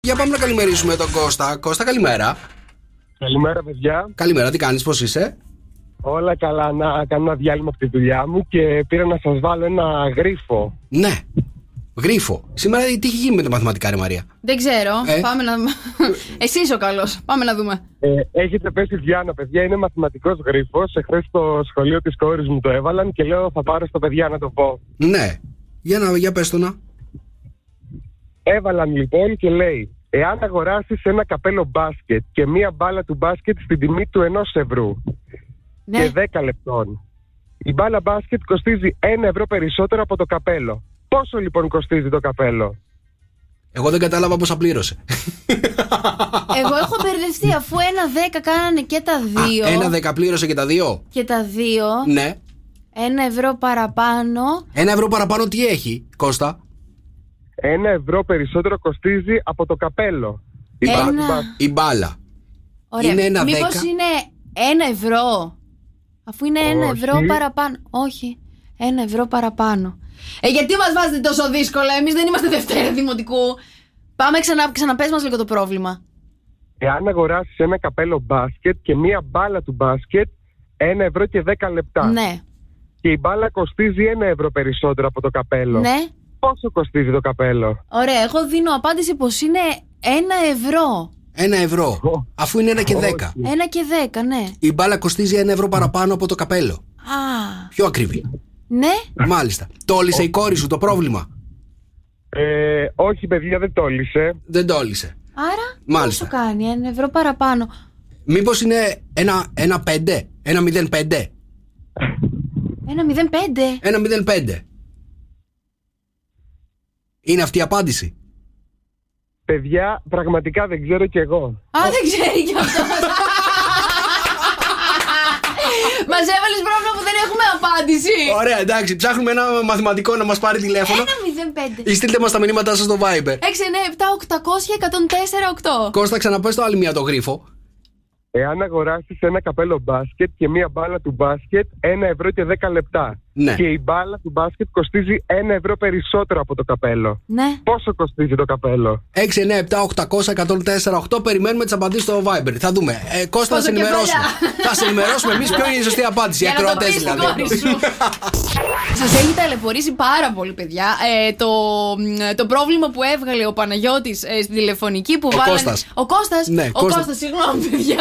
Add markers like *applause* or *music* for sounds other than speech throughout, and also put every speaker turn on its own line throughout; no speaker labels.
Για πάμε να καλημερίσουμε τον Κώστα. Κώστα, καλημέρα.
Καλημέρα, παιδιά.
Καλημέρα, τι κάνεις, πώς είσαι.
Όλα καλά. Να κάνω ένα διάλειμμα από τη δουλειά μου και πήρα να σας βάλω ένα γρίφο.
Ναι. Γρίφο. Σήμερα τι έχει γίνει με τα μαθηματικά, ρε Μαρία.
Δεν ξέρω.
Ε.
Πάμε να δούμε. *laughs* Εσύ είσαι ο καλός. Πάμε να δούμε.
Ε, έχετε πέσει Διάννα, παιδιά. Είναι μαθηματικός γρίφος. Εχθές στο σχολείο της κόρης μου το έβαλαν και λέω θα πάρω στα παιδιά να το πω.
Ναι. Για να, για πες το να.
Έβαλαν λοιπόν και λέει: Εάν αγοράσεις ένα καπέλο μπάσκετ και μία μπάλα του μπάσκετ στην τιμή του ενός ευρώ
Ναι.
και 10 λεπτών, η μπάλα μπάσκετ κοστίζει 1 ευρώ περισσότερο από το καπέλο. Πόσο λοιπόν κοστίζει το καπέλο,
Εγώ δεν κατάλαβα πόσα πλήρωσε.
Εγώ *laughs* έχω μπερδευτεί αφού ένα δέκα κάνανε και τα
Α,
δύο.
Ένα δεκα πλήρωσε και τα δύο.
Και τα δύο.
Ναι.
Ένα ευρώ παραπάνω.
Ένα ευρώ παραπάνω τι έχει, Κώστα.
Ένα ευρώ περισσότερο κοστίζει από το καπέλο. Η
Ένα.
μπάλα του μπάσκετ.
Η μπάλα.
Ωραία.
Είναι ένα
Μήπως
δέκα.
είναι ένα ευρώ. Αφού είναι ένα
Όχι.
ευρώ παραπάνω. Όχι. Ένα ευρώ παραπάνω. Ε, γιατί μας βάζετε τόσο δύσκολα. Εμείς δεν είμαστε Δευτέρα Δημοτικού. Πάμε ξανά, ξαναπες μας λίγο το πρόβλημα.
Εάν αγοράσεις ένα καπέλο μπάσκετ και μία μπάλα του μπάσκετ, ένα ευρώ και 10 λεπτά.
Ναι.
Και η μπάλα κοστίζει ένα ευρώ περισσότερο από το καπέλο.
Ναι.
Πόσο κοστίζει το καπέλο,
Ωραία. Εγώ δίνω απάντηση πως είναι ένα ευρώ.
Ένα ευρώ.
Ω.
Αφού είναι ένα και
Ω,
δέκα.
Ένα και δέκα, ναι.
Η μπάλα κοστίζει ένα ευρώ παραπάνω από το καπέλο.
Α,
Πιο ακριβή.
ναι.
Μάλιστα. Τόλισε η κόρη σου το πρόβλημα.
Ε, όχι, παιδιά, δεν τόλισε.
Δεν τόλισε.
Άρα,
Μάλιστα.
πόσο κάνει, ένα ευρώ παραπάνω.
Μήπως είναι ένα, ένα πέντε, ένα μηδέν πέντε,
Ένα 0,5.
ένα μηδέν πέντε. Είναι αυτή η απάντηση.
Παιδιά, πραγματικά δεν ξέρω κι εγώ.
Α, δεν ξέρει κι *laughs* αυτός. Μας έβαλες πρόβλημα που δεν έχουμε απάντηση.
Ωραία, εντάξει, ψάχνουμε ένα μαθηματικό να μας πάρει τηλέφωνο.
Ένα 0,5.
Ή στείλτε μας τα μηνύματά σας στο Viber.
6, 9, 7, 800, 104, 8.
Κώστα, ξαναπες το άλλη μία το γρίφο.
Εάν αγοράσεις ένα καπέλο μπάσκετ και μία μπάλα του μπάσκετ, ένα ευρώ και 10 λεπτά.
Ναι.
Και η μπάλα του μπάσκετ κοστίζει ένα ευρώ περισσότερο από το καπέλο.
Ναι.
Πόσο κοστίζει το καπέλο,
6, 9, 7, 800, 104, 8. Περιμένουμε τις απαντήσεις στο Viber. Θα δούμε. Ε, Κώστα, θα σε
Πόσο
ενημερώσουμε.
κεφαλιά.
θα σε ενημερώσουμε εμείς ποιο είναι η σωστή απάντηση. Οι
Για να το
ακροατές
πεις στην
δηλαδή.
κόρη σου. *laughs* Σας έχει ταλαιπωρήσει πάρα πολύ, παιδιά. Ε, το, μ, το πρόβλημα που έβγαλε ο Παναγιώτης ε, στην τηλεφωνική που
Ο
βάλανε.
Κώστας.
Ο Κώστας,
Ναι,
ο
Κώστα.
Κώστας, συγγνώμη, παιδιά.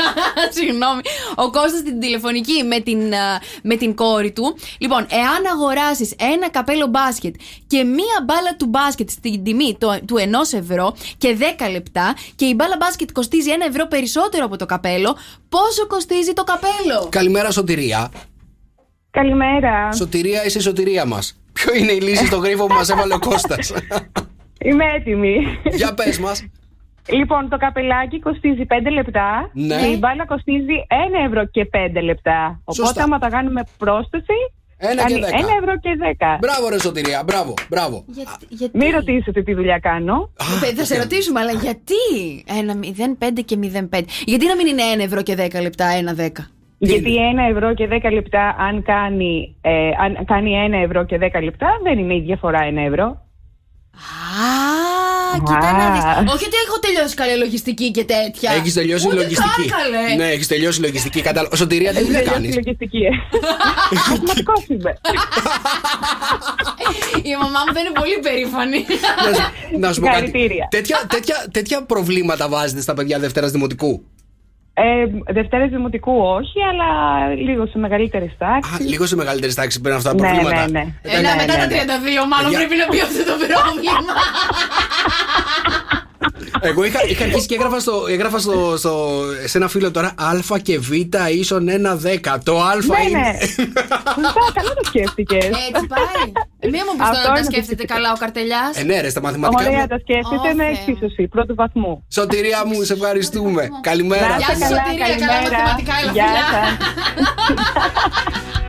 *laughs* συγγνώμη. Ο Κώστας στην τηλεφωνική με την, α, με την κόρη του. Λοιπόν, εάν αγοράσεις ένα καπέλο μπάσκετ και μία μπάλα του μπάσκετ στην τιμή το, του 1 ευρώ και 10 λεπτά και η μπάλα μπάσκετ κοστίζει 1 ευρώ περισσότερο από το καπέλο, πόσο κοστίζει το καπέλο.
Καλημέρα, Σωτηρία.
Καλημέρα.
Σωτηρία, είσαι η σωτηρία μας. Ποιο είναι η λύση στο γρίφο που μας έβαλε ο Κώστας.
*laughs*
Είμαι έτοιμη.
Για πες μας.
*laughs* λοιπόν, το καπελάκι κοστίζει 5 λεπτά
Ναι.
και η μπάλα κοστίζει 1 ευρώ και 5 λεπτά. Οπότε,
Σωστά.
άμα τα κάνουμε πρόσθεση,
Ένα και
κάνει
δέκα.
1 ευρώ και 10.
Μπράβο, ρε Σωτηρία. Μπράβο, μπράβο.
Γιατί, γιατί...
Μην ρωτήσετε τι δουλειά κάνω.
Παι- Θα σε ρωτήσουμε, αλλά γιατί ένα 0,5 και 0,5. Γιατί να μην είναι 1 ευρώ και 10 λεπτά, ένα 10.
γιατί 1 ευρώ και 10 λεπτά, αν κάνει, ε, αν κάνει 1 ευρώ και 10 λεπτά, δεν είναι η διαφορά 1 ευρώ.
Α, κοίτα να δεις. Όχι ότι έχω τελειώσει καλή λογιστική και τέτοια.
Έχεις τελειώσει η
Ούτε
λογιστική.
καν καλέ.
Ναι, έχεις τελειώσει η λογιστική. Κατάλαβα. Σωτηρία, τι δουλειά
Τελειώσει η
κάνεις.
λογιστική.
*laughs*
Μαθηματικό είμαι.
*laughs* Η μαμά μου δεν είναι πολύ περήφανη.
Ναι, Να σου πω κάτι.
Συγχαρητήρια.
Τέτοια, τέτοια, τέτοια προβλήματα βάζετε στα παιδιά Δευτέρα Δημοτικού.
Ε, Δευτέρες Δημοτικού όχι, αλλά λίγο σε μεγαλύτερες τάξεις.
Α, λίγο σε μεγαλύτερη τάξη παίρνουν αυτά τα
Ναι,
προβλήματα.
ναι, ναι.
Ένα μετά τα 32, μάλλον
Για-
πρέπει να πει αυτό το πρόβλημα.
Εγώ είχα, είχα αρχίσει και έγραφα, στο, έγραφα στο, στο, σε ένα φίλο τώρα Α και Β ίσον ένα δέκα. Το Α
Ναι,
είναι.
ναι. Σωστά, καλά το σκέφτηκες.
Ε,
Έτσι πάει. Μία μου πεις
Ε, Αυτό
τώρα να τα
είναι που
σκέφτεται
σκέφτηκα.
καλά ο καρτελιάς.
Ε, ναι, ρε, στα μαθηματικά.
Ωραία,
μου-
τα σκέφτεσαι
Ω,
με
Θεέ.
εξίσωση πρώτου βαθμού.
Σωτηρία μου, σε ευχαριστούμε. Καλημέρα.
Να είστε
Γεια σας, Σωτηρία, καλά μαθηματικά, έλα,
Γεια
φιλιά.
σας.